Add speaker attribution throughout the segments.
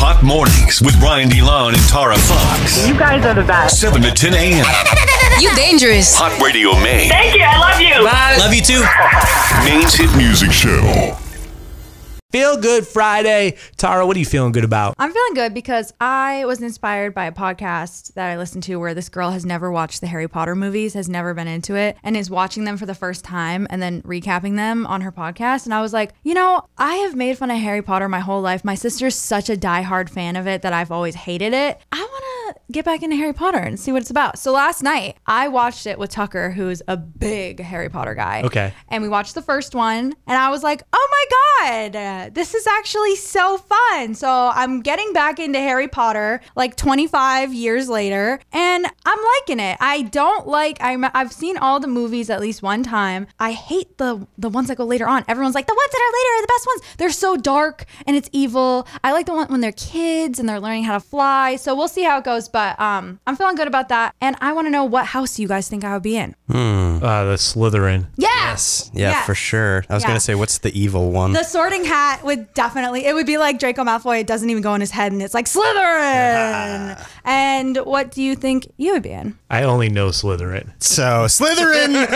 Speaker 1: Rock Mornings with Brian DeLon and Tara Fox.
Speaker 2: You guys are the best.
Speaker 1: 7 to 10 a.m.
Speaker 3: You dangerous.
Speaker 1: Hot Radio Maine.
Speaker 2: Thank you. I love you.
Speaker 4: Love you too.
Speaker 1: Maine's Hit Music Show.
Speaker 4: Feel Good Friday. Tara, what are you feeling good about?
Speaker 5: I'm feeling good because I was inspired by a podcast that I listened to where this girl has never watched the Harry Potter movies, has never been into it, and is watching them for the first time and then recapping them on her podcast. And I was like, you know, I have made fun of Harry Potter my whole life. My sister's such a diehard fan of it that I've always hated it. I want to get back into Harry Potter and see what it's about. So last night, I watched it with Tucker, who's a big Harry Potter guy.
Speaker 4: Okay.
Speaker 5: And we watched the first one, and I was like, oh my God, uh, this is actually so fun. So I'm getting back into Harry Potter like 25 years later, and I'm liking it. I don't like, I'm, I've seen all the movies at least one time. I hate the, the ones that go later on. Everyone's like, the ones that are later are the best ones. They're so dark and it's evil. I like the one when they're kids and they're learning how to fly. So we'll see how it goes, but um, I'm feeling good about that. And I want to know what house you guys think I would be in.
Speaker 4: Uh, the Slytherin.
Speaker 5: Yeah.
Speaker 6: Yes. Yeah,
Speaker 5: Yeah.
Speaker 6: for sure. I was
Speaker 5: Yeah.
Speaker 6: gonna say, what's the evil one?
Speaker 5: The sorting hat would definitely it would be like Draco Malfoy, it doesn't even go in his head and it's like Slytherin. And what do you think you would be in?
Speaker 4: I only know Slytherin. Uh,
Speaker 6: so Slytherin for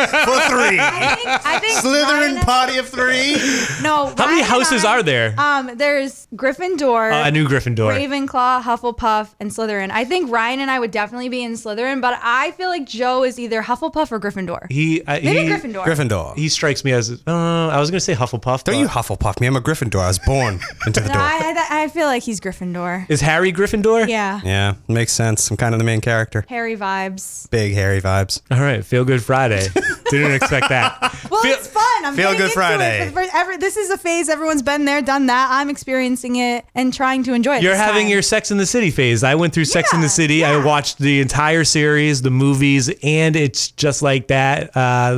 Speaker 5: I think, I think
Speaker 6: three. Slytherin
Speaker 5: Ryan-
Speaker 6: potty of three.
Speaker 5: No.
Speaker 4: How many houses are there?
Speaker 5: Um there's Gryffindor.
Speaker 4: Uh, I knew Gryffindor.
Speaker 5: Ravenclaw, Hufflepuff, and Slytherin. I think Ryan and I would definitely be in Slytherin, but I feel like Joe is either Hufflepuff or Gryffindor.
Speaker 4: He, I,
Speaker 5: Maybe
Speaker 4: he,
Speaker 5: Gryffindor.
Speaker 6: Gryffindor.
Speaker 4: He strikes me as, uh, I was going to say Hufflepuff.
Speaker 6: Don't
Speaker 4: but-
Speaker 6: you Hufflepuff me? I'm a Gryffindor. I was born into the
Speaker 5: No,
Speaker 6: door.
Speaker 5: I, I feel like he's Gryffindor.
Speaker 4: Is Harry Gryffindor?
Speaker 5: Yeah.
Speaker 6: yeah, makes sense. I'm kind of the main character.
Speaker 5: Harry vibes.
Speaker 6: Big hairy vibes.
Speaker 4: All right. Feel Good Friday. Didn't expect that.
Speaker 5: Well,
Speaker 4: Feel-
Speaker 5: it's fun. I'm
Speaker 6: Feel
Speaker 5: getting
Speaker 6: Good
Speaker 5: into
Speaker 6: Friday.
Speaker 5: It for the first, every, this is a phase everyone's been there, done that. I'm experiencing it and trying to enjoy it.
Speaker 4: You're
Speaker 5: this
Speaker 4: having
Speaker 5: time.
Speaker 4: your Sex in the City phase. I went through Sex in the
Speaker 5: Yeah,
Speaker 4: City. I watched the entire series, the movies, and it's just like that. Uh, the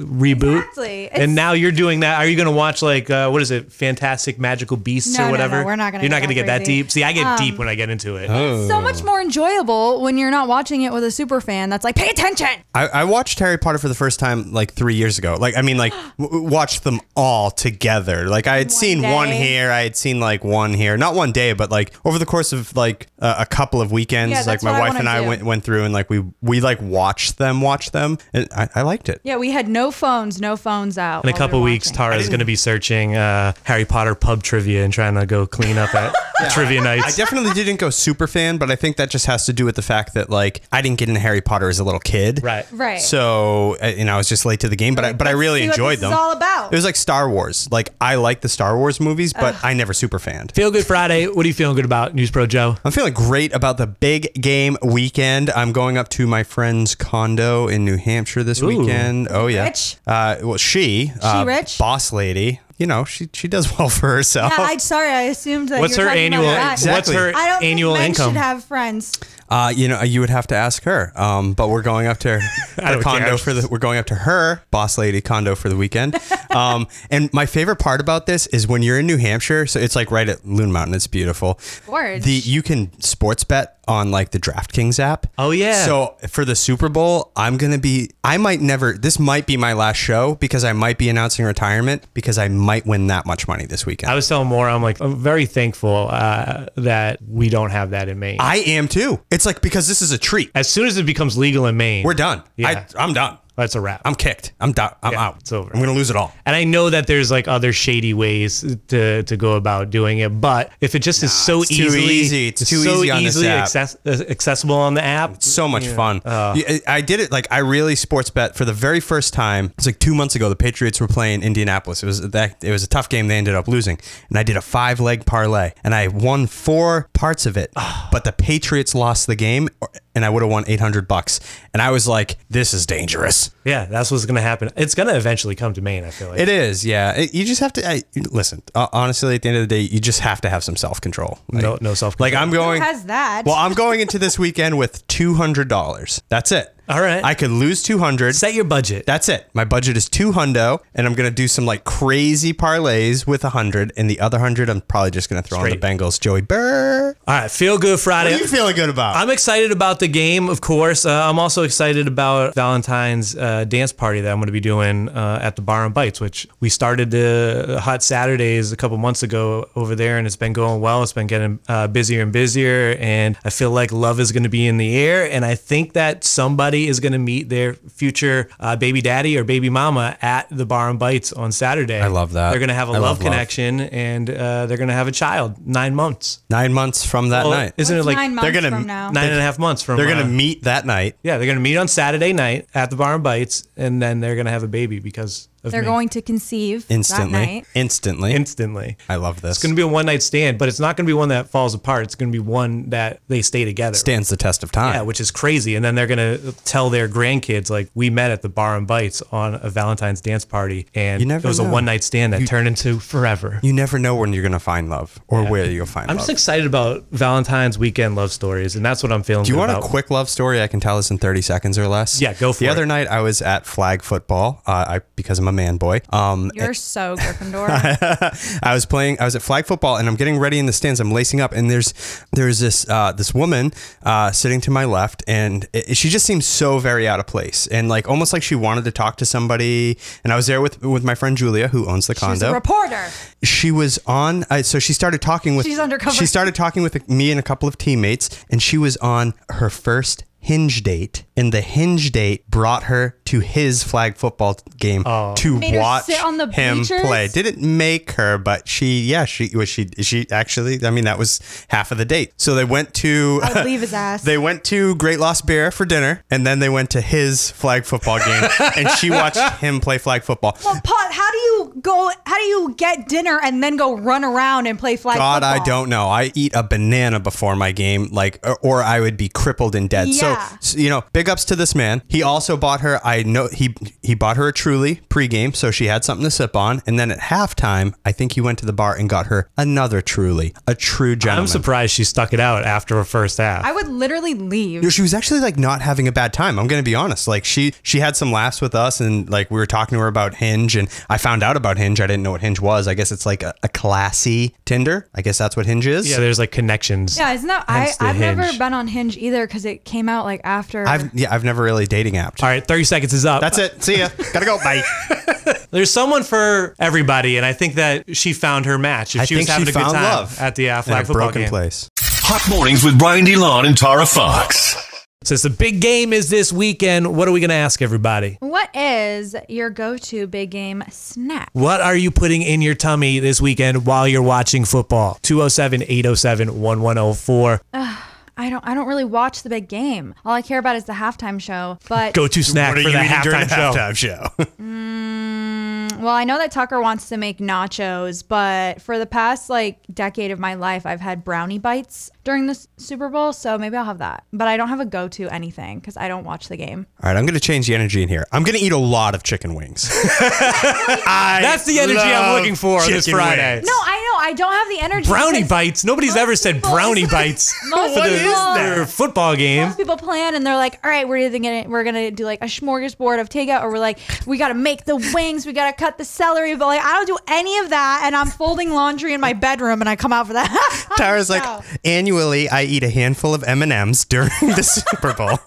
Speaker 4: the reboot.
Speaker 5: Exactly. It's-
Speaker 4: And now you're doing that. Are you going to watch like uh, what is it, Fantastic Magical Beasts
Speaker 5: No, no,
Speaker 4: or
Speaker 5: no,
Speaker 4: whatever?
Speaker 5: we're not gonna
Speaker 4: You're not
Speaker 5: get
Speaker 4: going to
Speaker 5: that
Speaker 4: get that
Speaker 5: crazy. Um,
Speaker 4: deep. See, I get deep when I get into it.
Speaker 6: Oh.
Speaker 5: so much more enjoyable when you're not watching it with a super fan that's like, pay attention.
Speaker 6: I, I watched Harry Potter for the first time like three years ago. Like, I mean, like, w- watched them all together. Like, I had seen one
Speaker 5: day.
Speaker 6: here, I had seen like one here, not one day, but like over the course of like uh, a couple of weekends.
Speaker 5: Yeah,
Speaker 6: like,
Speaker 5: that's
Speaker 6: my
Speaker 5: what I
Speaker 6: wife
Speaker 5: wanna
Speaker 6: and I
Speaker 5: do.
Speaker 6: went went through and like we we like watched them, watched them, and I, I liked it.
Speaker 5: Yeah, we had no phones, no phones out.
Speaker 4: In a couple weeks,
Speaker 5: Tara.
Speaker 4: Tara's going to be searching uh, Harry Potter pub trivia and trying to go clean up at trivia
Speaker 6: I
Speaker 4: nights.
Speaker 6: definitely didn't go super fan, but I think that just has to do with the fact that like I didn't get into Harry Potter as a little kid,
Speaker 4: right.
Speaker 5: Right.
Speaker 6: So uh, you know, I was just late to the game, but I, but I
Speaker 5: let's
Speaker 6: really
Speaker 5: see what
Speaker 6: enjoyed
Speaker 5: this is
Speaker 6: them.
Speaker 5: all about.
Speaker 6: It was like Star Wars. Like I like the Star Wars movies, but I never super fanned.
Speaker 4: Feel Good Friday. What are you feeling good about, News Pro Joe?
Speaker 6: I'm feeling great about the big game weekend. I'm going up to my friend's condo in New Hampshire this weekend. Oh yeah,
Speaker 5: rich?
Speaker 6: Uh, well, she she
Speaker 5: rich?
Speaker 6: boss lady. You know, she she does well for herself.
Speaker 5: Yeah, I'm sorry. I assumed that
Speaker 4: What's
Speaker 5: you were
Speaker 4: her
Speaker 5: talking
Speaker 4: annual?
Speaker 5: About that.
Speaker 6: Exactly.
Speaker 4: What's her
Speaker 5: I don't
Speaker 4: annual
Speaker 5: think men
Speaker 4: income?
Speaker 5: should have friends.
Speaker 6: Uh, you know, you would have to ask her. Um, but we're going up to her,
Speaker 4: I
Speaker 6: her
Speaker 4: don't care.
Speaker 6: condo for the. We're going up to her boss lady condo for the weekend. Um, and my favorite part about this is when you're in New Hampshire. So it's like right at Loon Mountain. It's beautiful.
Speaker 5: Gorge.
Speaker 6: The you can sports bet on like the DraftKings app.
Speaker 4: Oh, yeah.
Speaker 6: So for the Super Bowl, I'm gonna be. I might never. This might be my last show because I might be announcing retirement because I might win that much money this weekend.
Speaker 4: I was telling Maura, I'm like, I'm very thankful uh, that we don't have that in Maine.
Speaker 6: I am too. It's like because this is a treat.
Speaker 4: as soon as it becomes legal in Maine,
Speaker 6: We're done.
Speaker 4: Yeah.
Speaker 6: I, I'm done.
Speaker 4: That's a wrap.
Speaker 6: I'm kicked. I'm done. I'm
Speaker 4: Yeah,
Speaker 6: out.
Speaker 4: it's over.
Speaker 6: I'm gonna lose it all.
Speaker 4: and I know that there's like other shady ways to, to go about doing it, but if it just is so
Speaker 6: it's too
Speaker 4: easily,
Speaker 6: easy. It's too
Speaker 4: so
Speaker 6: easy on this
Speaker 4: easily
Speaker 6: app.
Speaker 4: access- uh, accessible on the app.
Speaker 6: So much fun.
Speaker 4: Uh,
Speaker 6: Yeah, I I did it like I really sports bet for the very first time. It's like two months ago. The Patriots were playing Indianapolis. It was that it was a tough game. They ended up losing, and I did a five leg parlay, and I won four parts of it. but the Patriots lost the game, or- and I would have won eight hundred bucks. And I was like, "This is dangerous."
Speaker 4: yeah, that's what's gonna happen. It's gonna eventually come to Maine. I feel like
Speaker 6: It is, yeah. It- you just have to I, listen. Uh, honestly, at the end of the day, you just have to have some self control.
Speaker 4: No- no self-control.
Speaker 6: Like I'm going.
Speaker 5: Who has that?
Speaker 6: Well, I'm going into this weekend with two hundred dollars. That's it.
Speaker 4: All right.
Speaker 6: I could lose 200.
Speaker 4: Set your budget.
Speaker 6: That's it. My budget is two hundo, and I'm gonna do some like crazy parlays with a hundred, and the other hundred I'm probably just gonna throw on
Speaker 4: Straight.
Speaker 6: the Bengals. Joey Burr.
Speaker 4: All right. Feel good Friday.
Speaker 6: What are you feeling good about?
Speaker 4: I'm excited about the game, of course. Uh, I'm also excited about Valentine's uh, dance party that I'm going to be doing uh, at the Bar and Bites, which we started the Hot Saturdays a couple months ago over there, and it's been going well. It's been getting uh, busier and busier, and I feel like love is going to be in the air. And I think that somebody is going to meet their future uh, baby daddy or baby mama at the Bar and Bites on Saturday. I
Speaker 6: love that.
Speaker 4: They're going to have a
Speaker 6: I
Speaker 4: love,
Speaker 6: love love.
Speaker 4: connection, and uh, they're going to have a child, nine months.
Speaker 6: Nine months from that
Speaker 4: Well,
Speaker 6: night.
Speaker 4: Isn't
Speaker 5: What's
Speaker 4: it like
Speaker 5: nine months
Speaker 6: gonna-
Speaker 5: from now?
Speaker 4: nine and a half months from
Speaker 6: They're gonna
Speaker 4: uh,
Speaker 6: meet that night.
Speaker 4: yeah, they're gonna meet on Saturday night at the Bar and Bites, and then they're gonna have a baby because of
Speaker 5: They're
Speaker 4: me.
Speaker 5: going to conceive
Speaker 6: Instantly.
Speaker 5: That night.
Speaker 6: Instantly.
Speaker 4: instantly.
Speaker 6: I love this.
Speaker 4: It's gonna be a one night stand, but it's not gonna be one that falls apart. It's gonna be one that they stay together.
Speaker 6: Stands the test of time.
Speaker 4: Yeah, which is crazy. And then they're gonna tell their grandkids like we met at the Bar and Bites on a Valentine's dance party, and
Speaker 6: You never
Speaker 4: it was
Speaker 6: know.
Speaker 4: a one night stand that turned into forever.
Speaker 6: you never know when you're gonna find love or where you'll find
Speaker 4: I'm
Speaker 6: love.
Speaker 4: just excited about Valentine's weekend love stories, and that's what I'm feeling.
Speaker 6: Do you
Speaker 4: good
Speaker 6: want
Speaker 4: about.
Speaker 6: a quick love story? I can tell this in 30 seconds or less.
Speaker 4: Yeah, go for
Speaker 6: the
Speaker 4: it.
Speaker 6: The other night, I was at flag football uh, I, because I'm a man boy. Um,
Speaker 5: You're so Gryffindor.
Speaker 6: I was playing. I was at flag football, and I'm getting ready in the stands. I'm lacing up, and there's there's this uh, this woman uh, sitting to my left, and it, she just seems so very out of place, and like almost like she wanted to talk to somebody. And I was there with with my friend Julia, who owns the
Speaker 5: She's a
Speaker 6: condo.
Speaker 5: reporter.
Speaker 6: she was on. Uh, so she started talking with.
Speaker 5: She's undercover.
Speaker 6: She started talking with me and a couple of teammates, and she was on her first. Hinge date, and the hinge date brought her to his flag football game to
Speaker 5: Made her
Speaker 6: watch
Speaker 5: sit on the
Speaker 6: him
Speaker 5: bleachers?
Speaker 6: play didn't make her, but she, yeah, she was she she actually. I mean, that was half of the date. So they went to
Speaker 5: I would leave his ass.
Speaker 6: they went to Great Lost Bear for dinner, and then they went to his flag football game, and she watched him play flag football.
Speaker 5: Well, Pot, how do you go? How do you get dinner and then go run around and play flag
Speaker 6: God,
Speaker 5: football?
Speaker 6: I don't know. I eat a banana before my game, like, or, or I would be crippled and dead. So-
Speaker 5: Yeah.
Speaker 6: So, you know, big ups to this man. He also bought her. I know he he bought her a Truly pregame, so she had something to sip on. And then at halftime, I think he went to the bar and got her another Truly, a true gentleman.
Speaker 4: I'm surprised she stuck it out after her first half.
Speaker 5: I would literally leave.
Speaker 6: No, she was actually like not having a bad time. I'm gonna be honest. Like she she had some laughs with us, and like we were talking to her about Hinge, and I found out about Hinge. I didn't know what Hinge was. I guess it's like a, a classy Tinder. I guess that's what Hinge is.
Speaker 4: yeah, there's like connections.
Speaker 5: yeah, isn't that? I,
Speaker 4: Hence the
Speaker 5: I've never
Speaker 4: hinge.
Speaker 5: been on Hinge either because it came out like after.
Speaker 6: I've yeah I've never really dating apped.
Speaker 4: All right, 30 seconds is up.
Speaker 6: That's it. See ya. Gotta go. Bye.
Speaker 4: There's someone for everybody, and I think that she found her match. If
Speaker 6: I
Speaker 4: she
Speaker 6: think
Speaker 4: was having
Speaker 6: she
Speaker 4: a good
Speaker 6: found
Speaker 4: time
Speaker 6: love
Speaker 4: at the uh,
Speaker 6: In a
Speaker 4: flag football
Speaker 6: broken
Speaker 4: game.
Speaker 6: place.
Speaker 1: Hot mornings with Brian DeLon and Tara Fox.
Speaker 4: Since the big game is this weekend, what are we going to ask everybody?
Speaker 5: what is your go-to big game snack?
Speaker 4: What are you putting in your tummy this weekend while you're watching football? 207 807 1104.
Speaker 5: I don't. I don't really watch the big game. All I care about is the halftime show. But
Speaker 4: Go to snack for the halftime show.
Speaker 6: show?
Speaker 5: mm, Well, I know that Tucker wants to make nachos, but for the past like decade of my life, I've had brownie bites during the S- Super Bowl, so maybe I'll have that. But I don't have a go-to anything because I don't watch the game.
Speaker 6: All right, I'm gonna change the energy in here. I'm gonna eat a lot of chicken wings. I
Speaker 4: That's the energy I'm
Speaker 6: love
Speaker 4: looking for on this
Speaker 6: chicken
Speaker 4: Friday.
Speaker 6: wings.
Speaker 5: No, I know I don't have the energy.
Speaker 4: Brownie
Speaker 5: because
Speaker 4: bites. Nobody's
Speaker 5: most
Speaker 4: ever said
Speaker 5: people-
Speaker 4: brownie bites
Speaker 5: Most
Speaker 4: for
Speaker 5: people-
Speaker 4: the football game.
Speaker 5: Most people plan and they're like, "All right, we're either gonna we're gonna do like a smorgasbord of takeout, or we're like, we gotta make the wings, we gotta cut the celery." But like, I don't do any of that, and I'm folding laundry in my bedroom, and I come out for that.
Speaker 6: Tara's like,
Speaker 5: No.
Speaker 6: annually, I eat a handful of M and M's during the Super Bowl.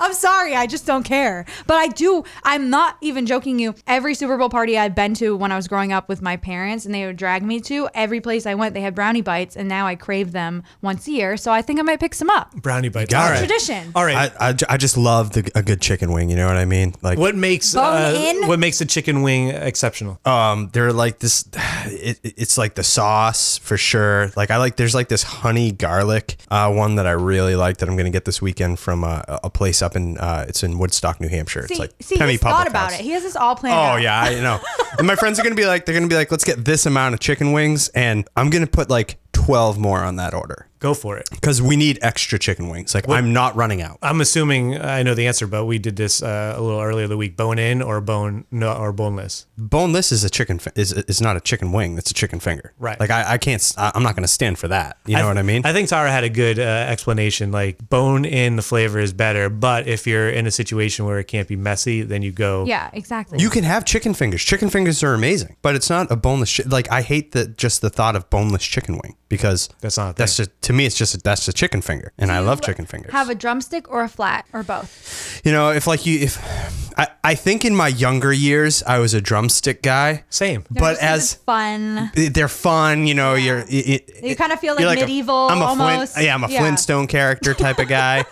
Speaker 5: I'm sorry, I just don't care. But I do. I'm not even joking you. Every Super Bowl party I've been to when I was growing up with my parents, and they would drag me to every place I went. They had brownie bites, and now I crave them once a year. So I think I might pick some up.
Speaker 4: Brownie bites.
Speaker 6: got
Speaker 4: All
Speaker 6: it.
Speaker 4: right.
Speaker 5: Tradition.
Speaker 4: All right.
Speaker 6: I, I, ju- I just love the, a good chicken wing. You know what I mean? Like
Speaker 4: What makes
Speaker 5: Bone
Speaker 4: uh,
Speaker 5: in?
Speaker 4: what makes a chicken wing exceptional? Uh,
Speaker 6: um, they're like this. It, it- it's like the sauce for sure. Like I like there's like this honey garlic uh, one that I really like that I'm gonna get this weekend from uh, a a place up in uh, it's in Woodstock, New Hampshire.
Speaker 5: See,
Speaker 6: it's like
Speaker 5: see,
Speaker 6: Pemmy
Speaker 5: he's thought
Speaker 6: Public
Speaker 5: about
Speaker 6: House.
Speaker 5: it. He has this all planned.
Speaker 6: Oh
Speaker 5: out.
Speaker 6: yeah, I know. and my friends are gonna be like, they're gonna be like, let's get this amount of chicken wings, and I'm gonna put like twelve more on that order.
Speaker 4: Go for it.
Speaker 6: because we need extra chicken wings. Like I'm not running out.
Speaker 4: I'm assuming I know the answer, but we did this uh, a little earlier the week. Bone in or bone no or boneless.
Speaker 6: Boneless is a chicken. fi- Is is not a chicken wing. That's a chicken finger.
Speaker 4: Right.
Speaker 6: Like I, I can't. s- I- I'm not going to stand for that. You know
Speaker 4: th-
Speaker 6: what I mean?
Speaker 4: I think Tara had a good uh, explanation. Like bone in the flavor is better, but if you're in a situation where it can't be messy, then you go.
Speaker 5: Yeah, exactly.
Speaker 6: you can have chicken fingers. Chicken fingers are amazing, but it's not a boneless. Chi- like I hate the just the thought of boneless chicken wing because
Speaker 4: That's not a
Speaker 6: that's
Speaker 4: thing.
Speaker 6: just to me. It's just that's a chicken finger, and I love chicken fingers.
Speaker 5: have a drumstick or a flat or both.
Speaker 6: you know, if like you if I I think in my younger years I was a drumstick guy,
Speaker 4: Same.
Speaker 6: but
Speaker 5: Drumstick is
Speaker 6: as
Speaker 5: fun.
Speaker 6: they're fun, you know. You're it, it-
Speaker 5: You kinda feel like
Speaker 6: you're a-
Speaker 5: medieval
Speaker 6: I'm a Flint-
Speaker 5: almost.
Speaker 6: yeah, I'm a
Speaker 5: Yeah.
Speaker 6: Flintstone character type of guy.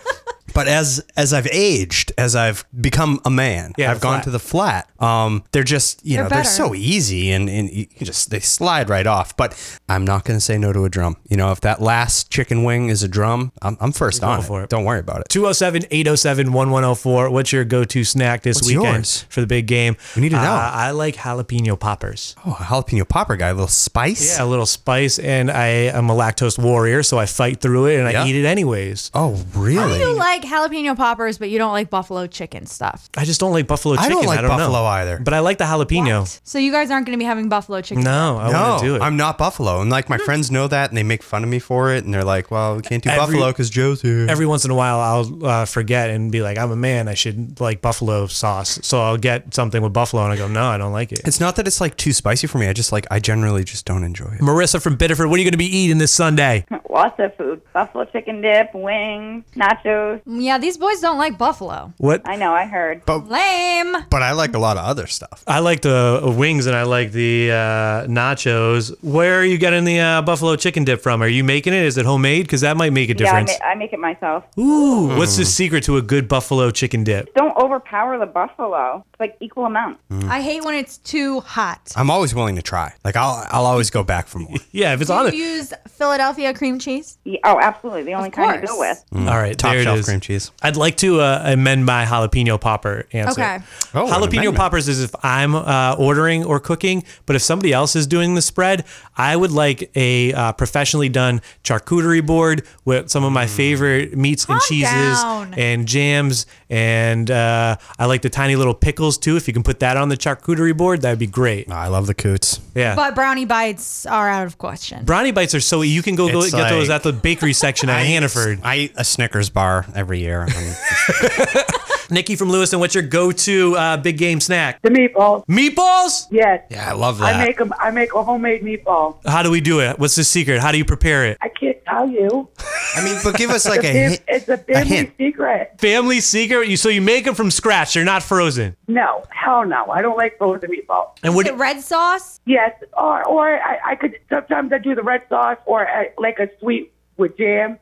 Speaker 6: but as as I've aged, as I've become a man,
Speaker 4: Yeah,
Speaker 6: I've
Speaker 4: the
Speaker 6: gone
Speaker 4: flat.
Speaker 6: to the flat. Um, they're just you
Speaker 5: They're
Speaker 6: know they're
Speaker 5: better.
Speaker 6: so easy and and you can just they slide right off. But I'm not gonna say no to a drum. You know, if that last chicken wing is a drum, I'm, I'm first on
Speaker 4: for
Speaker 6: it.
Speaker 4: it.
Speaker 6: Don't worry about it.
Speaker 4: 207 807 1104. What's your go to snack this
Speaker 6: What's
Speaker 4: weekend
Speaker 6: yours?
Speaker 4: for the big game?
Speaker 6: We need to
Speaker 4: Uh,
Speaker 6: know.
Speaker 4: I like jalapeno poppers.
Speaker 6: Oh, a jalapeno popper guy, a little spice.
Speaker 4: Yeah, a little spice, and I am a lactose warrior, so I fight through it and
Speaker 6: Yeah.
Speaker 4: I eat it anyways.
Speaker 6: Oh, really?
Speaker 5: You like jalapeno poppers, but you don't like buffalo chicken stuff.
Speaker 4: I just don't like buffalo
Speaker 6: I
Speaker 4: chicken.
Speaker 6: don't like
Speaker 4: know.
Speaker 6: buffalo either.
Speaker 4: But I like the jalapeno.
Speaker 5: So you guys aren't going to be having buffalo chicken.
Speaker 4: No, I
Speaker 6: No,
Speaker 4: want to do it. Hmm.
Speaker 6: I'm not Buffalo, and like my friends know that, and they make fun of me for it, and they're like, "Well, we can't do
Speaker 4: Every-
Speaker 6: Buffalo because Joe's here."
Speaker 4: Every once in a while, I'll uh, forget and be like, I'm a man. I should like buffalo sauce. So I'll get something with buffalo, and I go, no, I don't like it.
Speaker 6: it's not that it's like too spicy for me. I just like I generally just don't enjoy it.
Speaker 4: Marissa from Biddeford, what are you going to be eating this Sunday?
Speaker 2: Lots of food. Buffalo chicken dip, wings, nachos.
Speaker 5: Yeah, these boys don't like buffalo.
Speaker 4: What
Speaker 2: I know, I heard.
Speaker 5: Lame.
Speaker 6: But I like a lot of other stuff.
Speaker 4: I like the uh, wings and I like the uh, nachos. Where are you getting the uh, buffalo chicken dip from? Are you making it? Is it homemade? Because that might make a
Speaker 2: yeah, I,
Speaker 4: difference.
Speaker 2: ma- I make it myself.
Speaker 4: Ooh, what's the secret to a good buffalo chicken dip?
Speaker 2: Don't overpower the buffalo. It's like equal amount.
Speaker 6: Mm.
Speaker 5: I hate when it's too hot.
Speaker 6: I'm always willing to try. Like I'll I'll always go back for more.
Speaker 4: Yeah, if it's on
Speaker 5: Do
Speaker 4: it.
Speaker 5: you use Philadelphia cream cheese?
Speaker 2: Yeah, Oh, absolutely. The only
Speaker 5: Of
Speaker 2: kind to
Speaker 5: course.
Speaker 2: go with.
Speaker 4: All right,
Speaker 6: Mm. Top
Speaker 4: there it
Speaker 6: shelf
Speaker 4: is.
Speaker 6: cream cheese.
Speaker 4: I'd like to uh, amend my jalapeno popper answer.
Speaker 5: Okay.
Speaker 6: Oh, an
Speaker 4: jalapeno
Speaker 6: amendment.
Speaker 4: poppers is if I'm uh, ordering or cooking, but if somebody else is doing the spread, I would like a uh, professionally done charcuterie board with some of
Speaker 6: Mm.
Speaker 4: my favorite meats and
Speaker 5: Calm
Speaker 4: cheeses
Speaker 5: down.
Speaker 4: and jams, and uh, I like the tiny little pickles too. If you can put that on the charcuterie board, that'd be great.
Speaker 6: I love the coots.
Speaker 4: Yeah.
Speaker 5: But brownie bites are out of question.
Speaker 4: Brownie bites are so you can go, go
Speaker 6: It's
Speaker 4: get those
Speaker 6: like-
Speaker 4: at the bakery section at Hannaford.
Speaker 6: I eat a Snickers bar every year. Um,
Speaker 4: Nikki from Lewiston, what's your go-to uh, big game snack?
Speaker 7: The meatballs,
Speaker 4: Meatballs?
Speaker 7: yes.
Speaker 6: yeah, I love that.
Speaker 7: I make 'em- I make a homemade meatball.
Speaker 4: How do we do it? What's the secret? How do you prepare it?
Speaker 7: I can't tell you.
Speaker 6: I mean, but give us like a
Speaker 7: It's,
Speaker 6: hint.
Speaker 7: it's a
Speaker 6: a
Speaker 7: family
Speaker 6: hint.
Speaker 7: secret.
Speaker 4: Family secret. You so you make them from scratch. They're not frozen.
Speaker 7: No, hell no. I don't like frozen meatballs.
Speaker 4: And
Speaker 5: Is
Speaker 4: what?
Speaker 5: it red sauce?
Speaker 7: Yes, or or I, I could sometimes I do the red sauce or I, like a sweet with jam.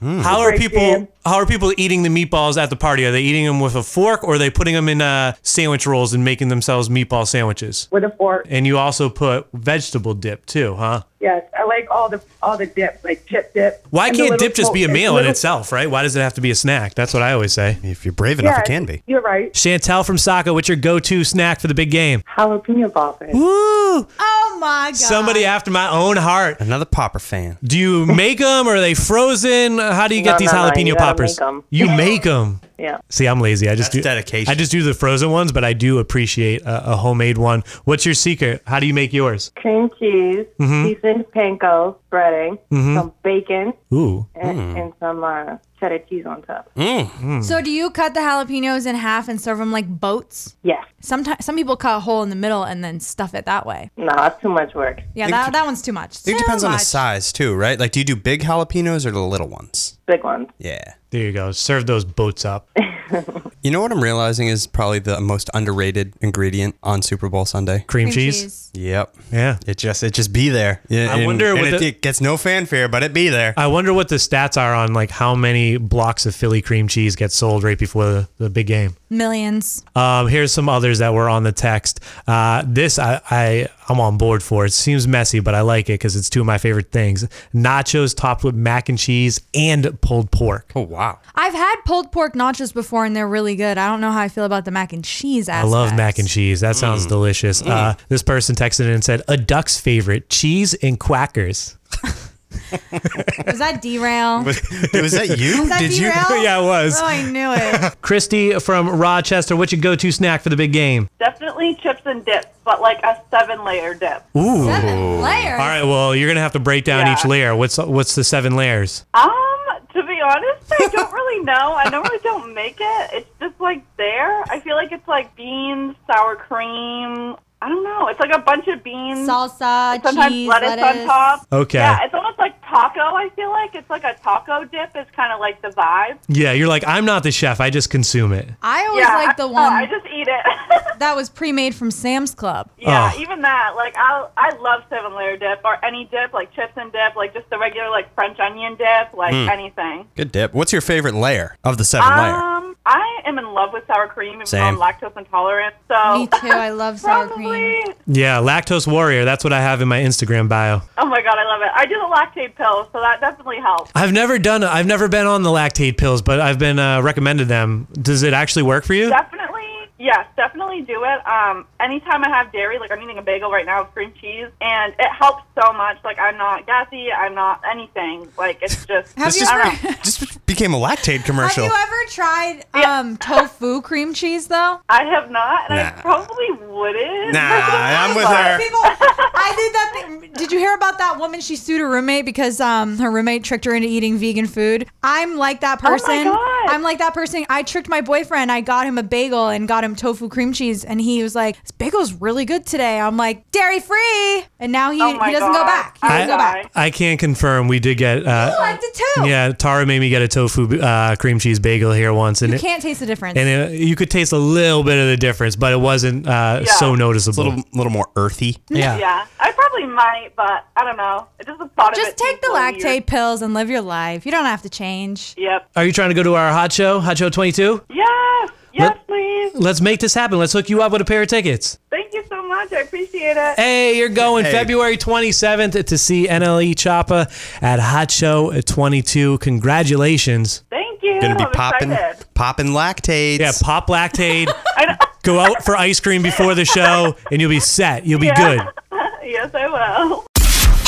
Speaker 4: How are
Speaker 7: Mm. Right, Dan.
Speaker 4: people? How are people eating the meatballs at the party? Are they eating them with a fork, or are they putting them in uh, sandwich rolls and making themselves meatball sandwiches?
Speaker 7: With a fork,
Speaker 4: And you also put vegetable dip too, huh?
Speaker 7: yes, I like all the all the dips, like chip dip.
Speaker 4: Why
Speaker 7: and the
Speaker 4: can't
Speaker 7: little
Speaker 4: dip just be a
Speaker 7: smoked-
Speaker 4: meal in
Speaker 7: little-
Speaker 4: itself, right? Why does it have to be a snack? That's what I always say.
Speaker 6: If you're brave enough,
Speaker 7: Yes,
Speaker 6: it can be.
Speaker 7: You're right.
Speaker 4: Chantel from Saco, what's your go-to snack for the big game?
Speaker 7: Jalapeno poppers.
Speaker 4: Woo!
Speaker 5: Oh my god.
Speaker 4: Somebody after my own heart.
Speaker 6: Another popper fan.
Speaker 4: Do you make them or are they frozen? How do you get
Speaker 8: No,
Speaker 4: these
Speaker 8: no, no,
Speaker 4: jalapeno
Speaker 8: you gotta
Speaker 4: poppers?
Speaker 8: make 'em.
Speaker 4: You make them.
Speaker 8: Yeah.
Speaker 4: See, I'm lazy. I just do
Speaker 6: That's dedication.
Speaker 4: I just do the frozen ones, but I do appreciate a, a homemade one. What's your secret? How do you make yours?
Speaker 8: Cream cheese, seasoned panko spreading, some bacon,
Speaker 4: Ooh,
Speaker 8: and, and some uh, cheddar cheese on top.
Speaker 6: Mm.
Speaker 5: So do you cut the jalapenos in half and serve them like boats?
Speaker 8: Yes.
Speaker 5: Sometimes some people cut a hole in the middle and then stuff it that way.
Speaker 8: No, that's too much work.
Speaker 5: Yeah, that, that one's too much.
Speaker 6: It
Speaker 5: Too
Speaker 6: depends on the
Speaker 5: much.
Speaker 6: size too, right? Like, do you do big jalapenos or the little ones?
Speaker 8: Big ones.
Speaker 6: Yeah.
Speaker 4: there you go. Serve those boats up.
Speaker 6: You know what I'm realizing is probably the most underrated ingredient on Super Bowl Sunday.
Speaker 4: Cream,
Speaker 5: Cream
Speaker 4: cheese.
Speaker 5: cheese.
Speaker 6: Yep.
Speaker 4: Yeah.
Speaker 6: It just it just be there. Yeah.
Speaker 4: I wonder
Speaker 6: and
Speaker 4: what
Speaker 6: it,
Speaker 4: the-
Speaker 6: it gets no fanfare, but it be there.
Speaker 4: I wonder what the stats are on like how many blocks of Philly cream cheese get sold right before the, the big game.
Speaker 5: Millions.
Speaker 4: Um, here's some others that were on the text. Uh, this I, I I'm on board for. It seems messy, but I like it because it's two of my favorite things: nachos topped with mac and cheese and pulled pork.
Speaker 6: oh wow.
Speaker 5: I've had pulled pork nachos before and they're really good. I don't know how I feel about the mac and cheese
Speaker 4: I
Speaker 5: aspect.
Speaker 4: love mac and cheese. That sounds
Speaker 2: Mm.
Speaker 4: delicious. Uh, this person texted in and said, "A duck's favorite: cheese and quackers."
Speaker 5: Was that derail?
Speaker 6: Was, was that you?
Speaker 5: Was that
Speaker 6: Did you?
Speaker 5: derail?
Speaker 4: Yeah, it was.
Speaker 5: Oh, I knew it.
Speaker 4: Christy from Rochester, what's your go-to snack for the big game?
Speaker 2: Definitely chips and dips, but like a seven layer dip.
Speaker 4: Ooh.
Speaker 5: Seven layers.
Speaker 4: All right, well, you're gonna have to break down
Speaker 2: Yeah.
Speaker 4: each layer. What's what's the seven layers?
Speaker 2: Um, to be honest, I don't really know. I normally don't make it. It's just like there. I feel like it's like beans, sour cream. I don't know. It's like a bunch of beans.
Speaker 5: Salsa,
Speaker 2: Sometimes
Speaker 5: cheese,
Speaker 2: lettuce, on top.
Speaker 4: Okay.
Speaker 2: Yeah, it's almost like taco. I feel like it's like a taco dip. Is kind of like the vibe.
Speaker 4: Yeah, you're like, I'm not the chef. I just consume it.
Speaker 5: I always
Speaker 2: yeah,
Speaker 5: like the
Speaker 2: I- oh, I
Speaker 5: one
Speaker 2: just eat it.
Speaker 5: that was pre-made from Sam's Club.
Speaker 2: Yeah,
Speaker 4: Oh.
Speaker 2: even that. Like I, I love seven layer dip or any dip, like chips and dip, like just the regular like French onion dip, like
Speaker 6: Hmm.
Speaker 2: anything.
Speaker 6: Good dip. What's your favorite layer of the seven layer?
Speaker 2: Um, I am in love with sour cream. Even
Speaker 6: Same.
Speaker 2: though I'm lactose intolerant, so
Speaker 5: Me too. I love sour cream.
Speaker 2: probably.
Speaker 4: Yeah, lactose warrior. That's what I have in my Instagram bio.
Speaker 2: Oh my god, I love it. I do the lactate pill, so that definitely helps.
Speaker 4: I've never done. I've never been on the lactate pills, but I've been uh, recommended them. Does it actually work for you?
Speaker 2: Definitely, yes, definitely do it. Um, anytime I have dairy, like I'm eating a bagel right now with cream cheese, and it helps so much. Like I'm not gassy, I'm not anything. Like it's just.
Speaker 5: Have
Speaker 6: This
Speaker 5: you
Speaker 6: just-
Speaker 5: ever?
Speaker 6: Just became a lactate
Speaker 5: Have you
Speaker 6: commercial.
Speaker 5: ever tried
Speaker 2: Yeah.
Speaker 5: um, tofu cream cheese though?
Speaker 2: I have not, and
Speaker 6: Nah.
Speaker 2: I probably wouldn't.
Speaker 6: Nah, I'm with
Speaker 2: But-
Speaker 6: her.
Speaker 5: People, I did that. Thing. Did you hear about that woman? She sued her roommate because um, her roommate tricked her into eating vegan food. I'm like that
Speaker 2: Oh my
Speaker 5: person.
Speaker 2: God.
Speaker 5: I'm like that person. I tricked my boyfriend. I got him a bagel and got him tofu cream cheese, and he was like, "This bagel's really good today." I'm like, "Dairy free," and now he,
Speaker 2: Oh my
Speaker 5: he doesn't go
Speaker 2: God.
Speaker 5: back. He
Speaker 2: I-
Speaker 5: doesn't go back.
Speaker 4: I can confirm we did get.
Speaker 5: Oh, I
Speaker 4: Uh,
Speaker 5: did too.
Speaker 4: yeah, Tara made me get a tofu uh, cream cheese bagel here once, and
Speaker 5: You
Speaker 4: it,
Speaker 5: can't taste the difference.
Speaker 4: and it, you could taste a little bit of the difference, but it wasn't uh,
Speaker 2: Yeah.
Speaker 4: so
Speaker 6: a
Speaker 4: noticeable.
Speaker 6: little, little more earthy.
Speaker 4: yeah.
Speaker 2: Yeah, I probably might, but I don't know. It just the thought of
Speaker 5: Just
Speaker 2: it
Speaker 5: take
Speaker 2: seems
Speaker 5: the
Speaker 2: so
Speaker 5: lactate
Speaker 2: weird.
Speaker 5: pills and live your life. You don't have to change.
Speaker 2: Yep.
Speaker 4: Are you trying to go to our hot show? Hot show 22.
Speaker 2: Yes. Yes,
Speaker 4: Let-
Speaker 2: please.
Speaker 4: Let's make this happen. Let's hook you up with a pair of tickets.
Speaker 2: Thank you so much. I appreciate it.
Speaker 4: Hey, you're going
Speaker 6: Hey.
Speaker 4: February 27th to see NLE Choppa at Hot Show at 22. Congratulations.
Speaker 2: Thank you.
Speaker 6: Gonna be
Speaker 2: I'm
Speaker 6: popping,
Speaker 2: excited.
Speaker 6: popping lactates.
Speaker 4: Yeah, pop lactate.
Speaker 2: I know.
Speaker 4: Go out for ice cream before the show, and you'll be set. You'll be
Speaker 2: Yeah.
Speaker 4: good.
Speaker 2: Yes, I will.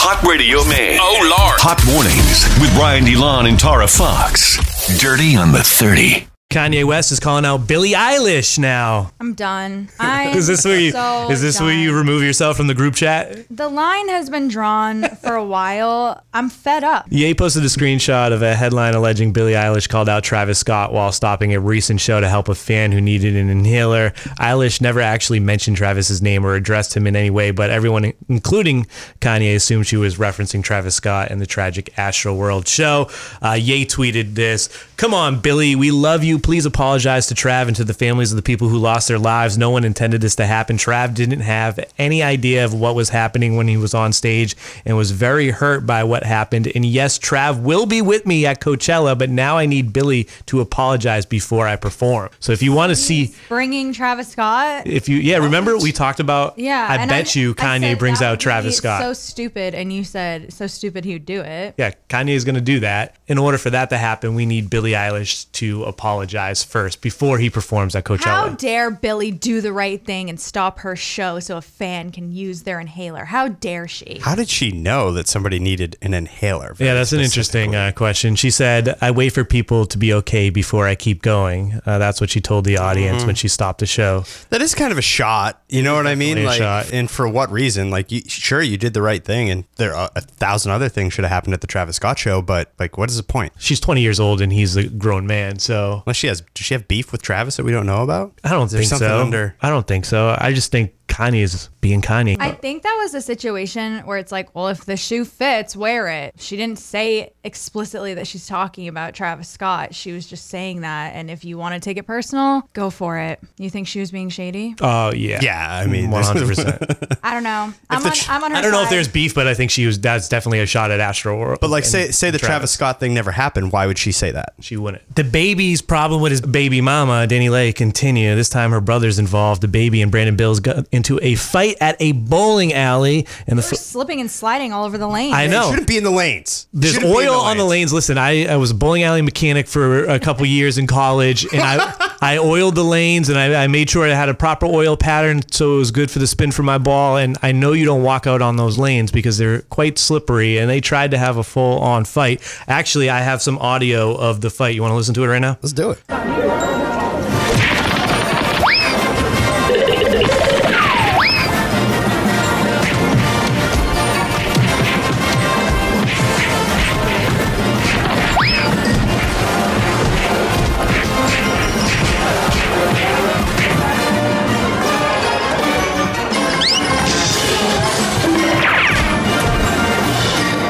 Speaker 1: Hot Radio Man. Oh, Lord. Hot Mornings with Brian DeLon and Tara Fox. Dirty on the 30.
Speaker 4: Kanye West is calling out Billie Eilish now.
Speaker 5: I'm done. I
Speaker 4: Is this where you
Speaker 5: so
Speaker 4: is this
Speaker 5: done.
Speaker 4: where you remove yourself from the group chat?
Speaker 5: The line has been drawn for a while. I'm fed up.
Speaker 4: Ye posted a screenshot of a headline alleging Billie Eilish called out Travis Scott while stopping a recent show to help a fan who needed an inhaler. Eilish never actually mentioned Travis's name or addressed him in any way, but everyone, including Kanye, assumed she was referencing Travis Scott and the tragic Astro World show. Uh, Ye tweeted this Come on, Billie, we love you. Please apologize to Trav and to the families of the people who lost their lives. No one intended this to happen. Trav didn't have any idea of what was happening when he was on stage and was very hurt by what happened. And yes, Trav will be with me at Coachella, but now I need Billy to apologize before I perform. So if you want to see,
Speaker 5: Bringing Travis Scott.
Speaker 4: if you, yeah, remember we talked about,
Speaker 5: Yeah.
Speaker 4: I
Speaker 5: and
Speaker 4: bet you
Speaker 5: I
Speaker 4: Kanye
Speaker 5: said
Speaker 4: brings
Speaker 5: that
Speaker 4: out
Speaker 5: would be
Speaker 4: Travis Scott.
Speaker 5: So stupid, and you said so stupid he would do it.
Speaker 4: yeah, Kanye is going to do that. In order for that to happen, we need Billie Eilish to apologize first before he performs at Coachella.
Speaker 5: How dare Billy do the right thing and stop her show so a fan can use their inhaler? How dare she?
Speaker 6: How did she know that somebody needed an inhaler?
Speaker 4: Yeah, that's an interesting uh, question. She said, "I wait for people to be okay before I keep going." Uh, that's what she told the audience
Speaker 6: Mm-hmm.
Speaker 4: when she stopped the show.
Speaker 6: That is kind of a shot. You know what I mean?
Speaker 4: Definitely a
Speaker 6: Like,
Speaker 4: shot.
Speaker 6: and for what reason? Like, you, sure, you did the right thing, and there are a thousand other things should have happened at the Travis Scott show, but like, what is the point?
Speaker 4: She's 20 years old and he's a grown man, so
Speaker 6: Unless she has, does she have beef with Travis that we don't know about?
Speaker 4: I don't
Speaker 6: There's
Speaker 4: think
Speaker 6: something
Speaker 4: so.
Speaker 6: under-
Speaker 4: I don't think so. I just think Kanye is being Kanye.
Speaker 5: I think that was a situation where it's like, well, if the shoe fits, wear it. She didn't say explicitly that she's talking about Travis Scott. She was just saying that. And if you want to take it personal, go for it. You think she was being shady?
Speaker 4: Oh yeah,
Speaker 6: Yeah, I mean,
Speaker 4: 100. percent
Speaker 5: I don't know. I'm
Speaker 6: the
Speaker 5: on,
Speaker 6: sh-
Speaker 5: I'm on her
Speaker 4: I don't know if
Speaker 5: side.
Speaker 4: there's beef, but I think she was. That's definitely a shot at Astro World.
Speaker 6: But like,
Speaker 4: and
Speaker 6: say say the Travis. Scott thing never happened. Why would she say that?
Speaker 4: She wouldn't. The baby's problem with his baby mama, Danny Lay, continue. This time her brother's involved. The baby and Brandon Bills got into a fight at a bowling alley, and the
Speaker 5: We're slipping and sliding all over the lane.
Speaker 4: I know.
Speaker 6: Shouldn't be in the lanes.
Speaker 4: Oh. There's
Speaker 6: Shouldn't be in
Speaker 4: oil on the
Speaker 6: lanes.
Speaker 4: lanes. Listen, I, I was a bowling alley mechanic for a couple years in college, and I I oiled the lanes and I, I made sure I had a proper oil pattern so it was good for the spin for my ball. And I know you don't walk out on those lanes because they're quite slippery and they tried to have a full on fight. Actually, I have some audio of the fight. You want to listen to it right now?
Speaker 6: Let's do it.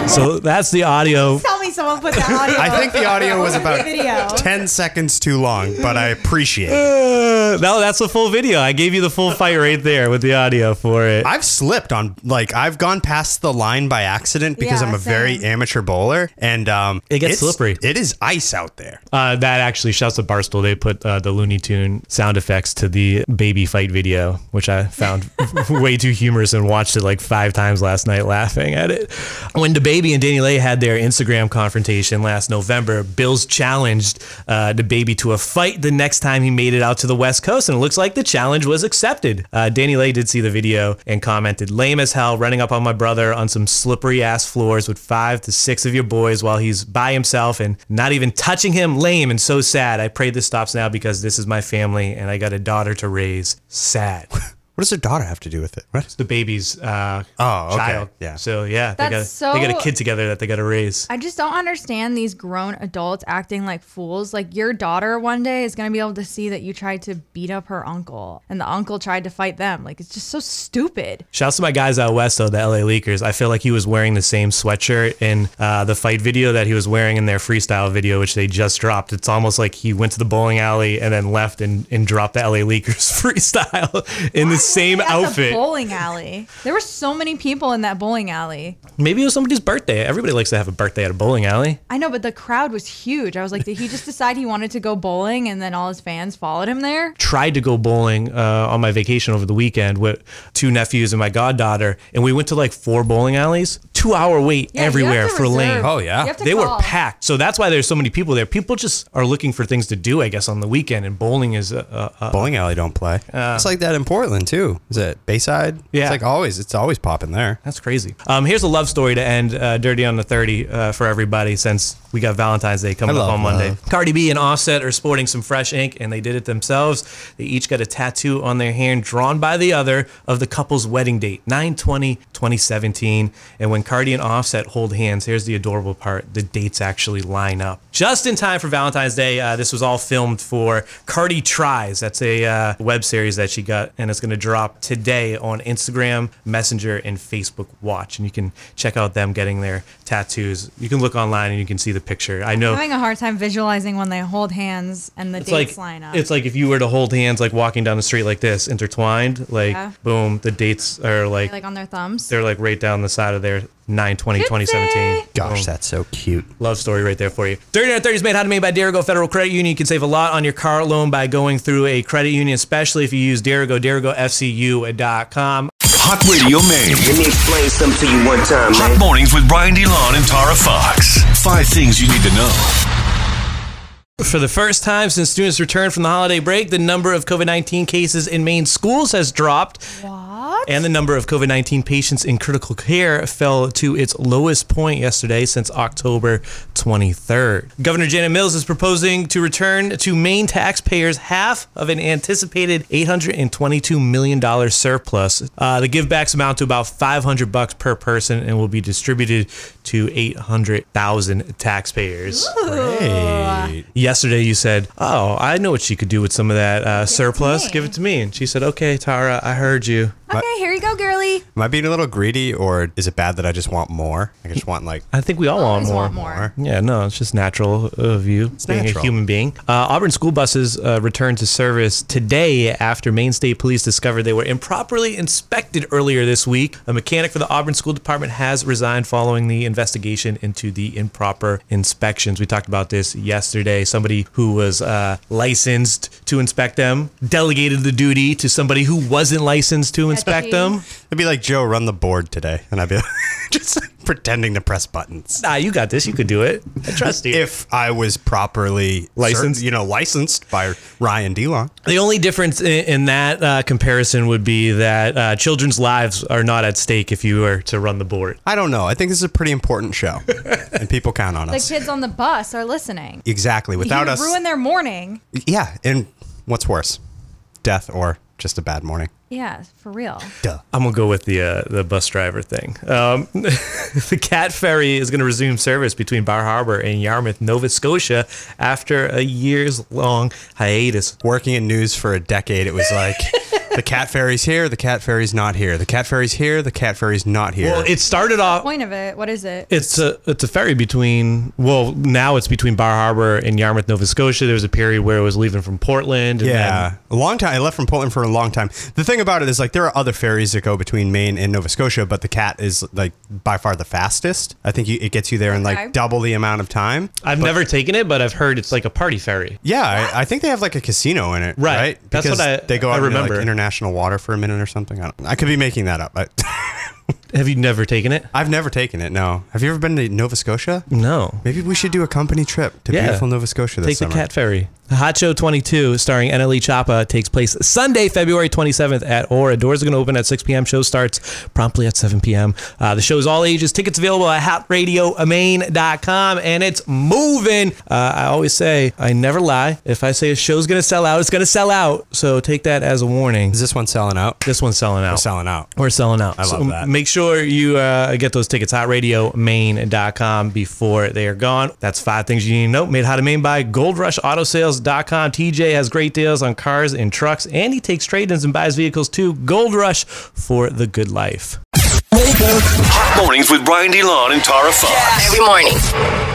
Speaker 4: So that's the audio.
Speaker 5: Tell me someone put that audio.
Speaker 6: I think the audio was
Speaker 5: with the
Speaker 6: about
Speaker 5: video.
Speaker 6: 10 seconds too long, but I appreciate it.
Speaker 4: Uh, no, that's the full video. I gave you the full fight right there with the audio for it.
Speaker 6: I've slipped on like I've gone past the line by accident because
Speaker 5: Yeah,
Speaker 6: I'm a very
Speaker 5: same.
Speaker 6: amateur bowler and um
Speaker 4: It gets
Speaker 6: it's-
Speaker 4: slippery.
Speaker 6: It is ice out there.
Speaker 4: Uh, that actually shouts to Barstool. They put uh, the Looney Tune sound effects to the baby fight video, which I found way too humorous and watched it like five times last night laughing at it. When the baby and Danny Lay had their Instagram confrontation last November, Bills challenged uh, the baby to a fight the next time he made it out to the West Coast, and it looks like the challenge was accepted. Uh, Danny Lay did see the video and commented, "Lame as hell, running up on my brother on some slippery ass floors with five to six of your boys while he's by himself and not even touching him. Lame and so sad. I pray this stops now because this is my family and I got a daughter to raise. Sad.
Speaker 6: What does their daughter have to do with it? What?
Speaker 4: the baby's uh,
Speaker 6: Oh, okay.
Speaker 4: child.
Speaker 6: Yeah.
Speaker 4: So yeah, they got
Speaker 5: That's
Speaker 4: they got a
Speaker 5: so-
Speaker 4: kid together that they got to raise.
Speaker 5: I just don't understand these grown adults acting like fools. Like your daughter one day is gonna be able to see that you tried to beat up her uncle, and the uncle tried to fight them. Like it's just so stupid.
Speaker 4: Shouts to my guys out west, though, the LA Leakers. I feel like he was wearing the same sweatshirt in uh, the fight video that he was wearing in their freestyle video, which they just dropped. It's almost like he went to the bowling alley and then left and, and dropped the LA Leakers freestyle in the same
Speaker 5: At
Speaker 4: outfit.
Speaker 5: The bowling alley. There were so many people in that bowling alley.
Speaker 4: Maybe it was somebody's birthday. Everybody likes to have a birthday at a bowling alley.
Speaker 5: I know, but the crowd was huge. I was like, did he just decide he wanted to go bowling, and then all his fans followed him there?
Speaker 4: tried to go bowling uh, on my vacation over the weekend with two nephews and my goddaughter, and we went to like four bowling alleys. Two hour wait
Speaker 5: Yeah, you have
Speaker 4: everywhere
Speaker 5: to
Speaker 4: for a lane.
Speaker 5: reserve. Oh, yeah. You have to
Speaker 4: they were
Speaker 5: call.
Speaker 4: packed. So that's why there's so many people there. People just are looking for things to do, I guess, on the weekend, and bowling is uh, uh, uh,
Speaker 6: Bowling alley don't play. it's like that in Portland too. Is it Bayside?
Speaker 4: Yeah.
Speaker 6: It's like always. It's always popping there.
Speaker 4: That's crazy. Um, here's a love story to end uh, Dirty on the 30 uh, for everybody since we got Valentine's Day coming
Speaker 6: I
Speaker 4: up
Speaker 6: love
Speaker 4: on Monday.
Speaker 6: love.
Speaker 4: Cardi B and Offset are sporting some fresh ink and they did it themselves. They each got a tattoo on their hand drawn by the other of the couple's wedding date, 9 20, 2017. And when Cardi and Offset hold hands, here's the adorable part the dates actually line up. Just in time for Valentine's Day, uh, this was all filmed for Cardi Tries. That's a uh, web series that she got, and it's going to drop today on Instagram, Messenger, and Facebook Watch. And you can check out them getting their tattoos. You can look online and you can see the picture. I know.
Speaker 5: I'm having a hard time visualizing when they hold hands and the
Speaker 4: It's like
Speaker 5: dates line up.
Speaker 4: it's like if you were to hold hands, like walking down the street like this, intertwined, like
Speaker 5: Yeah.
Speaker 4: boom, the dates are like,
Speaker 5: like on their thumbs.
Speaker 4: they're like right down the side of their 9 20 2017.
Speaker 6: Gosh, that's so cute.
Speaker 4: Love story right there for you. 30 under 30 is made how to made by Derigo Federal Credit Union. You can save a lot on your car loan by going through a credit union, especially if you use Derigo, DerigoFCU.com.
Speaker 1: Hot Radio Maine.
Speaker 9: Let me explain something to you one time, man.
Speaker 1: Hot mornings with Brian DeLon and Tara Fox. Five things you need to know.
Speaker 4: For the first time since students returned from the holiday break, the number of COVID 19 cases in Maine schools has dropped.
Speaker 5: what?
Speaker 4: And the number of COVID 19 patients in critical care fell to its lowest point yesterday since October 23rd. Governor Janet Mills is proposing to return to Maine taxpayers half of an anticipated $822 million surplus. Uh, the givebacks amount to about 500 bucks per person and will be distributed to 800,000 taxpayers.
Speaker 6: Hey.
Speaker 4: Yesterday, you said, "Oh, I know what she could do with some of that uh, surplus.
Speaker 5: me."
Speaker 4: Give it to me." And she said, "Okay, Tara, I heard you."
Speaker 5: Okay, here you go, girly.
Speaker 6: Am I being a little greedy or is it bad that I just want more? I just want like
Speaker 4: I think we all want
Speaker 5: Always
Speaker 4: more.
Speaker 5: want more.
Speaker 4: Yeah, no, it's just natural of you being a
Speaker 6: natural.
Speaker 4: human being. Uh, Auburn school buses uh, returned to service today after Maine State Police discovered they were improperly inspected earlier this week. A mechanic for the Auburn School Department has resigned following the investigation into the improper inspections. We talked about this yesterday. Somebody who was uh, licensed to inspect them delegated the duty to somebody who wasn't licensed to inspect
Speaker 5: geez.
Speaker 4: them.
Speaker 6: It'd be like Joe, run the board today, and I'd be like, just like, pretending to press buttons.
Speaker 4: Nah, you got this. You could do it. I trust you.
Speaker 6: If I was properly
Speaker 4: Licensed?
Speaker 6: cert- you know, licensed by Ryan DeLong.
Speaker 4: The only difference in, in that uh, comparison would be that uh, children's lives are not at stake if you were to run the board.
Speaker 6: I don't know. I think this is a pretty important show, and people count on
Speaker 5: The
Speaker 6: us.
Speaker 5: kids on the bus are listening.
Speaker 6: exactly. Without
Speaker 5: you
Speaker 6: us,
Speaker 5: ruin their morning.
Speaker 6: yeah. And what's worse, death or just a bad morning?
Speaker 5: Yeah, for real.
Speaker 6: Duh.
Speaker 4: I'm gonna go with the uh, the bus driver thing. Um, the Cat Ferry is gonna resume service between Bar Harbor and Yarmouth, Nova Scotia, after a years long hiatus.
Speaker 6: Working in news for a decade, it was like the cat fairy's here, the cat fairy's not here, the cat fairy's here, the cat fairy's not here.
Speaker 4: Well, it started off.
Speaker 5: Point of it. What is it?
Speaker 4: It's a it's a ferry between well now it's between Bar Harbor and Yarmouth, Nova Scotia. There was a period where it was leaving from Portland. And
Speaker 6: Yeah, a long time. I left from Portland for a long time. The thing about it is, like, there are other ferries that go between Maine and Nova Scotia, but the Cat is like by far the fastest. I think you, it gets you there in
Speaker 5: Okay.
Speaker 6: like double the amount of time.
Speaker 4: then I've never taken it, but I've heard it's like a party ferry.
Speaker 6: Yeah, I, I think they have like a casino in it,
Speaker 4: Right.
Speaker 6: right?
Speaker 4: That's what I-
Speaker 6: they go
Speaker 4: I
Speaker 6: out into, like,
Speaker 4: remember.
Speaker 6: international water for a minute or something. I, don't, I could be making that up. I,
Speaker 4: Have you never taken it?
Speaker 6: I've never taken it. No, have you ever been to Nova Scotia?
Speaker 4: No.
Speaker 6: Maybe we should do a company trip to
Speaker 4: Yeah.
Speaker 6: beautiful Nova Scotia this
Speaker 4: Take
Speaker 6: summer.
Speaker 4: the cat ferry. Hot Show 22, starring NLE Choppa, takes place Sunday, February 27th at Aura. Doors are going to open at 6 p.m. Show starts promptly at 7 p.m. Uh, the show is all ages. Tickets available at hotradiomain.com, and it's moving. Uh, I always say, I never lie. If I say a show's going to sell out, it's going to sell out. So take that as a warning.
Speaker 6: Is this one selling out?
Speaker 4: This one's selling out.
Speaker 6: Selling out.
Speaker 4: We're selling out. I
Speaker 6: love that.
Speaker 4: Make sure you uh, get those tickets, hotradiomain.com, before they are gone. That's five things you need to know. Made How to Maine by goldrushautosales.com. TJ has great deals on cars and trucks, and he takes trade ins and buys vehicles too. Gold Rush for the good life.
Speaker 1: Hot mornings with Brian DeLon and Tara Fox.
Speaker 3: Every morning.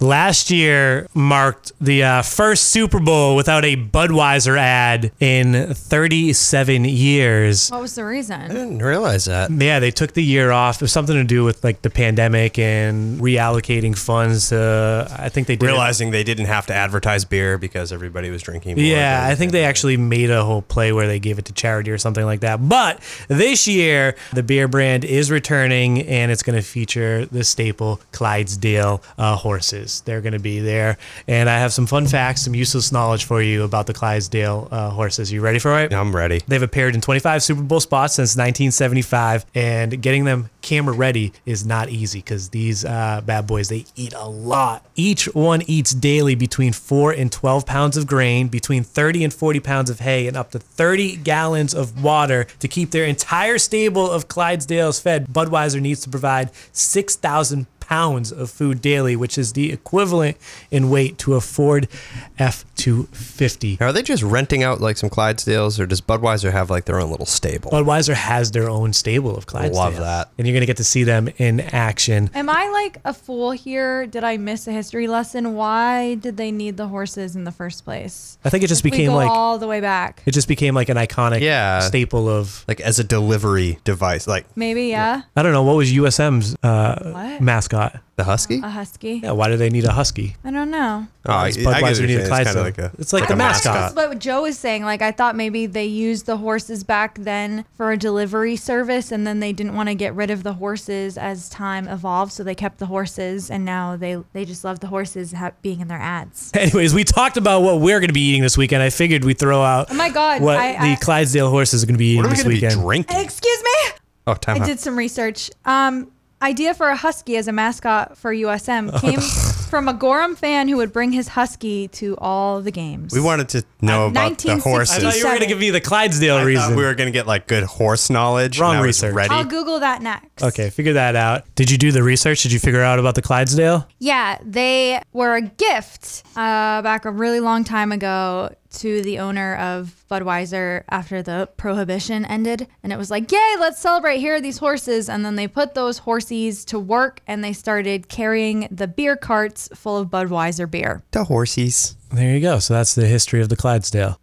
Speaker 10: Last year marked the uh, first Super Bowl without a Budweiser ad in 37 years.
Speaker 5: What was the reason?
Speaker 6: didn't realize that.
Speaker 10: Yeah, they took the year off. It was something to do with like the pandemic and reallocating funds to. I think they did it-
Speaker 6: realizing they didn't have to advertise beer because everybody was drinking. More
Speaker 10: Yeah, I
Speaker 6: during the
Speaker 10: think they
Speaker 6: pandemic.
Speaker 10: actually made a whole play where they gave it to charity or something like that. But this year, the beer brand is returning and it's going to feature the staple Clydesdale uh, horses. They're going to be there. And I have some fun facts, some useless knowledge for you about the Clydesdale uh, horses. You ready for it?
Speaker 6: I'm ready.
Speaker 10: They've appeared in 25 Super Bowl spots since 1975, and getting them camera ready is not easy because these uh, bad boys they eat a lot. Each one eats daily between four and 12 pounds of grain, between 30 and 40 pounds of hay, and up to 30 gallons of water to keep their entire stable of Clydesdales fed. Budweiser needs to provide 6,000 pounds of food daily, which is the equivalent in weight to a Ford F250.
Speaker 6: Now, are they just renting out like some Clydesdales, or does Budweiser have like their own little stable?
Speaker 10: Budweiser has their own stable of Clydesdales.
Speaker 6: Love that.
Speaker 10: And you're going to get to see them in action.
Speaker 5: Am I like a fool here? Did I miss a history lesson? Why did they need the horses in the first place?
Speaker 10: I think it just
Speaker 5: If we
Speaker 10: became
Speaker 5: go
Speaker 10: like
Speaker 5: all the way back.
Speaker 10: it just became like an iconic
Speaker 6: Yeah.
Speaker 10: staple of
Speaker 6: like as a delivery device, like
Speaker 5: Maybe yeah.
Speaker 10: I don't know what was USM's uh,
Speaker 5: What?
Speaker 10: mascot.
Speaker 6: the Husky.
Speaker 5: A husky.
Speaker 10: Yeah, why do they need a husky?
Speaker 5: I don't know.
Speaker 6: oh, I,
Speaker 10: It's Budweiser needed Clydesdale. It's like the
Speaker 5: I thought
Speaker 10: mascot.
Speaker 5: That's what Joe was saying. Like I thought maybe they used the horses back then for a delivery service, and then they didn't want to get rid of the horses as time evolved, so they kept the horses, and now they they just love the horses ha- being in their ads.
Speaker 10: Anyways, we talked about what we're going to be eating this weekend. I figured we'd throw out
Speaker 5: Oh my God,
Speaker 10: what
Speaker 5: I-
Speaker 10: the
Speaker 5: I-
Speaker 10: Clydesdale horses are going to be eating
Speaker 6: What are we
Speaker 10: this
Speaker 6: going to be
Speaker 10: weekend.
Speaker 6: drinking?
Speaker 5: Excuse me.
Speaker 6: Oh, time
Speaker 5: I
Speaker 6: out.
Speaker 5: did some research. Um, idea for a husky as a mascot for USM came from a Gorham fan who would bring his husky to all the games.
Speaker 6: We wanted to know
Speaker 5: Uh,
Speaker 6: about the
Speaker 5: 1967.
Speaker 10: I thought you
Speaker 6: horses.
Speaker 10: were going to give me the Clydesdale
Speaker 6: I thought
Speaker 10: reason.
Speaker 6: we were going to get like good horse knowledge.
Speaker 10: Wrong
Speaker 6: and I was
Speaker 10: research.
Speaker 6: Ready?
Speaker 5: I'll Google that next.
Speaker 10: okay, figure that out. Did you do the research? Did you figure out about the Clydesdale?
Speaker 5: Yeah, they were a gift uh, back a really long time ago to the owner of Budweiser after the prohibition ended. And it was like, yay, let's celebrate. Here are these horses. And then they put those horsies to work and they started carrying the beer carts full of Budweiser beer.
Speaker 6: The horsies.
Speaker 10: There you go. So that's the history of the
Speaker 5: Mm.
Speaker 10: Clydesdale.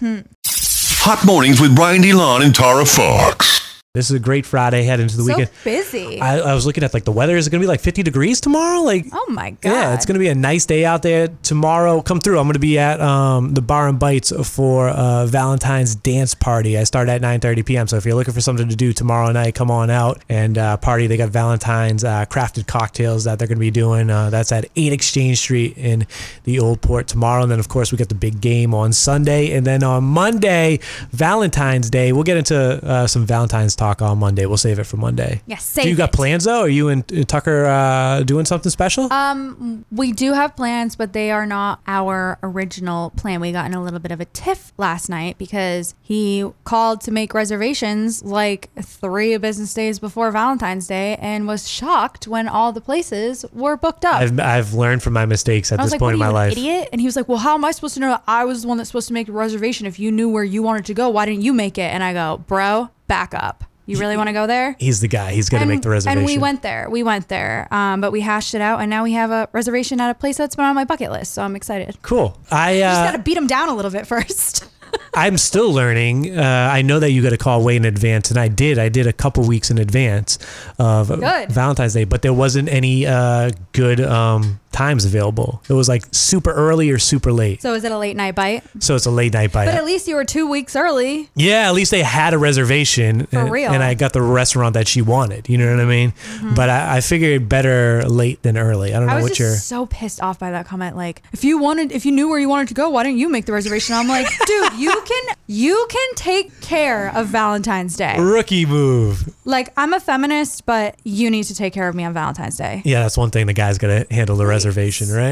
Speaker 1: Hot mornings with Brian DeLon and Tara Fox.
Speaker 4: This is a great Friday head into the
Speaker 5: so
Speaker 4: weekend.
Speaker 5: busy.
Speaker 4: I, I was looking at like the weather. Is it going to be like 50 degrees tomorrow? Like,
Speaker 5: oh my god.
Speaker 4: yeah, it's going to be a nice day out there tomorrow. Come through. I'm going to be at um, the Bar and Bites for uh, Valentine's dance party. I start at 9:30 p.m. So if you're looking for something to do tomorrow night, come on out and uh, party. They got Valentine's uh, crafted cocktails that they're going to be doing. Uh, that's at 8 Exchange Street in the Old Port tomorrow. And then of course we got the big game on Sunday, and then on Monday, Valentine's Day. We'll get into uh, some Valentine's talk on Monday. We'll save it for Monday.
Speaker 5: Yes,
Speaker 4: Do you
Speaker 5: save
Speaker 4: got
Speaker 5: it.
Speaker 4: plans though? Are you and and Tucker uh, doing something special?
Speaker 5: Um, we do have plans, but they are not our original plan. We got in a little bit of a tiff last night because he called to make reservations like three business days before Valentine's Day and was shocked when all the places were booked up.
Speaker 4: I've, I've learned from my mistakes at
Speaker 5: I was
Speaker 4: this
Speaker 5: like,
Speaker 4: point in my
Speaker 5: what are you,
Speaker 4: life.
Speaker 5: an idiot? And he was like, well, how am I supposed to know that I was the one that's supposed to make a reservation? If you knew where you wanted to go, why didn't you make it? And I go, bro, back up. You really want to go there?
Speaker 4: He's the guy. He's gonna make the reservation.
Speaker 5: And we went there. We went there. Um, but we hashed it out, and now we have a reservation at a place that's been on my bucket list. So I'm excited.
Speaker 4: Cool. I
Speaker 5: Just
Speaker 4: uh,
Speaker 5: gotta beat him down a little bit first.
Speaker 4: I'm still learning. Uh, I know that you got to call way in advance, and I did. I did a couple weeks in advance of
Speaker 5: Good.
Speaker 4: Valentine's Day, but there wasn't any uh, good um, times available. It was like super early or super late,
Speaker 5: so is it a late night bite?
Speaker 4: so it's a late night bite.
Speaker 5: But at least you were two weeks early.
Speaker 4: Yeah, at least they had a reservation. For and,
Speaker 5: real. Mm-hmm.
Speaker 4: And I got the restaurant that she wanted. You know what I mean? But I, I figured better late than early. I don't know
Speaker 5: I was
Speaker 4: what
Speaker 5: just
Speaker 4: your.
Speaker 5: so pissed off by that comment. Like, if you wanted, if you knew where you wanted to go, why didn't you make the reservation? I'm like, dude, you can, you can take care of Valentine's Day.
Speaker 4: Rookie move.
Speaker 5: Like, I'm a feminist, but you need to take care of me on Valentine's Day.
Speaker 4: Yeah, that's one thing the guy's got to handle the reservation, right?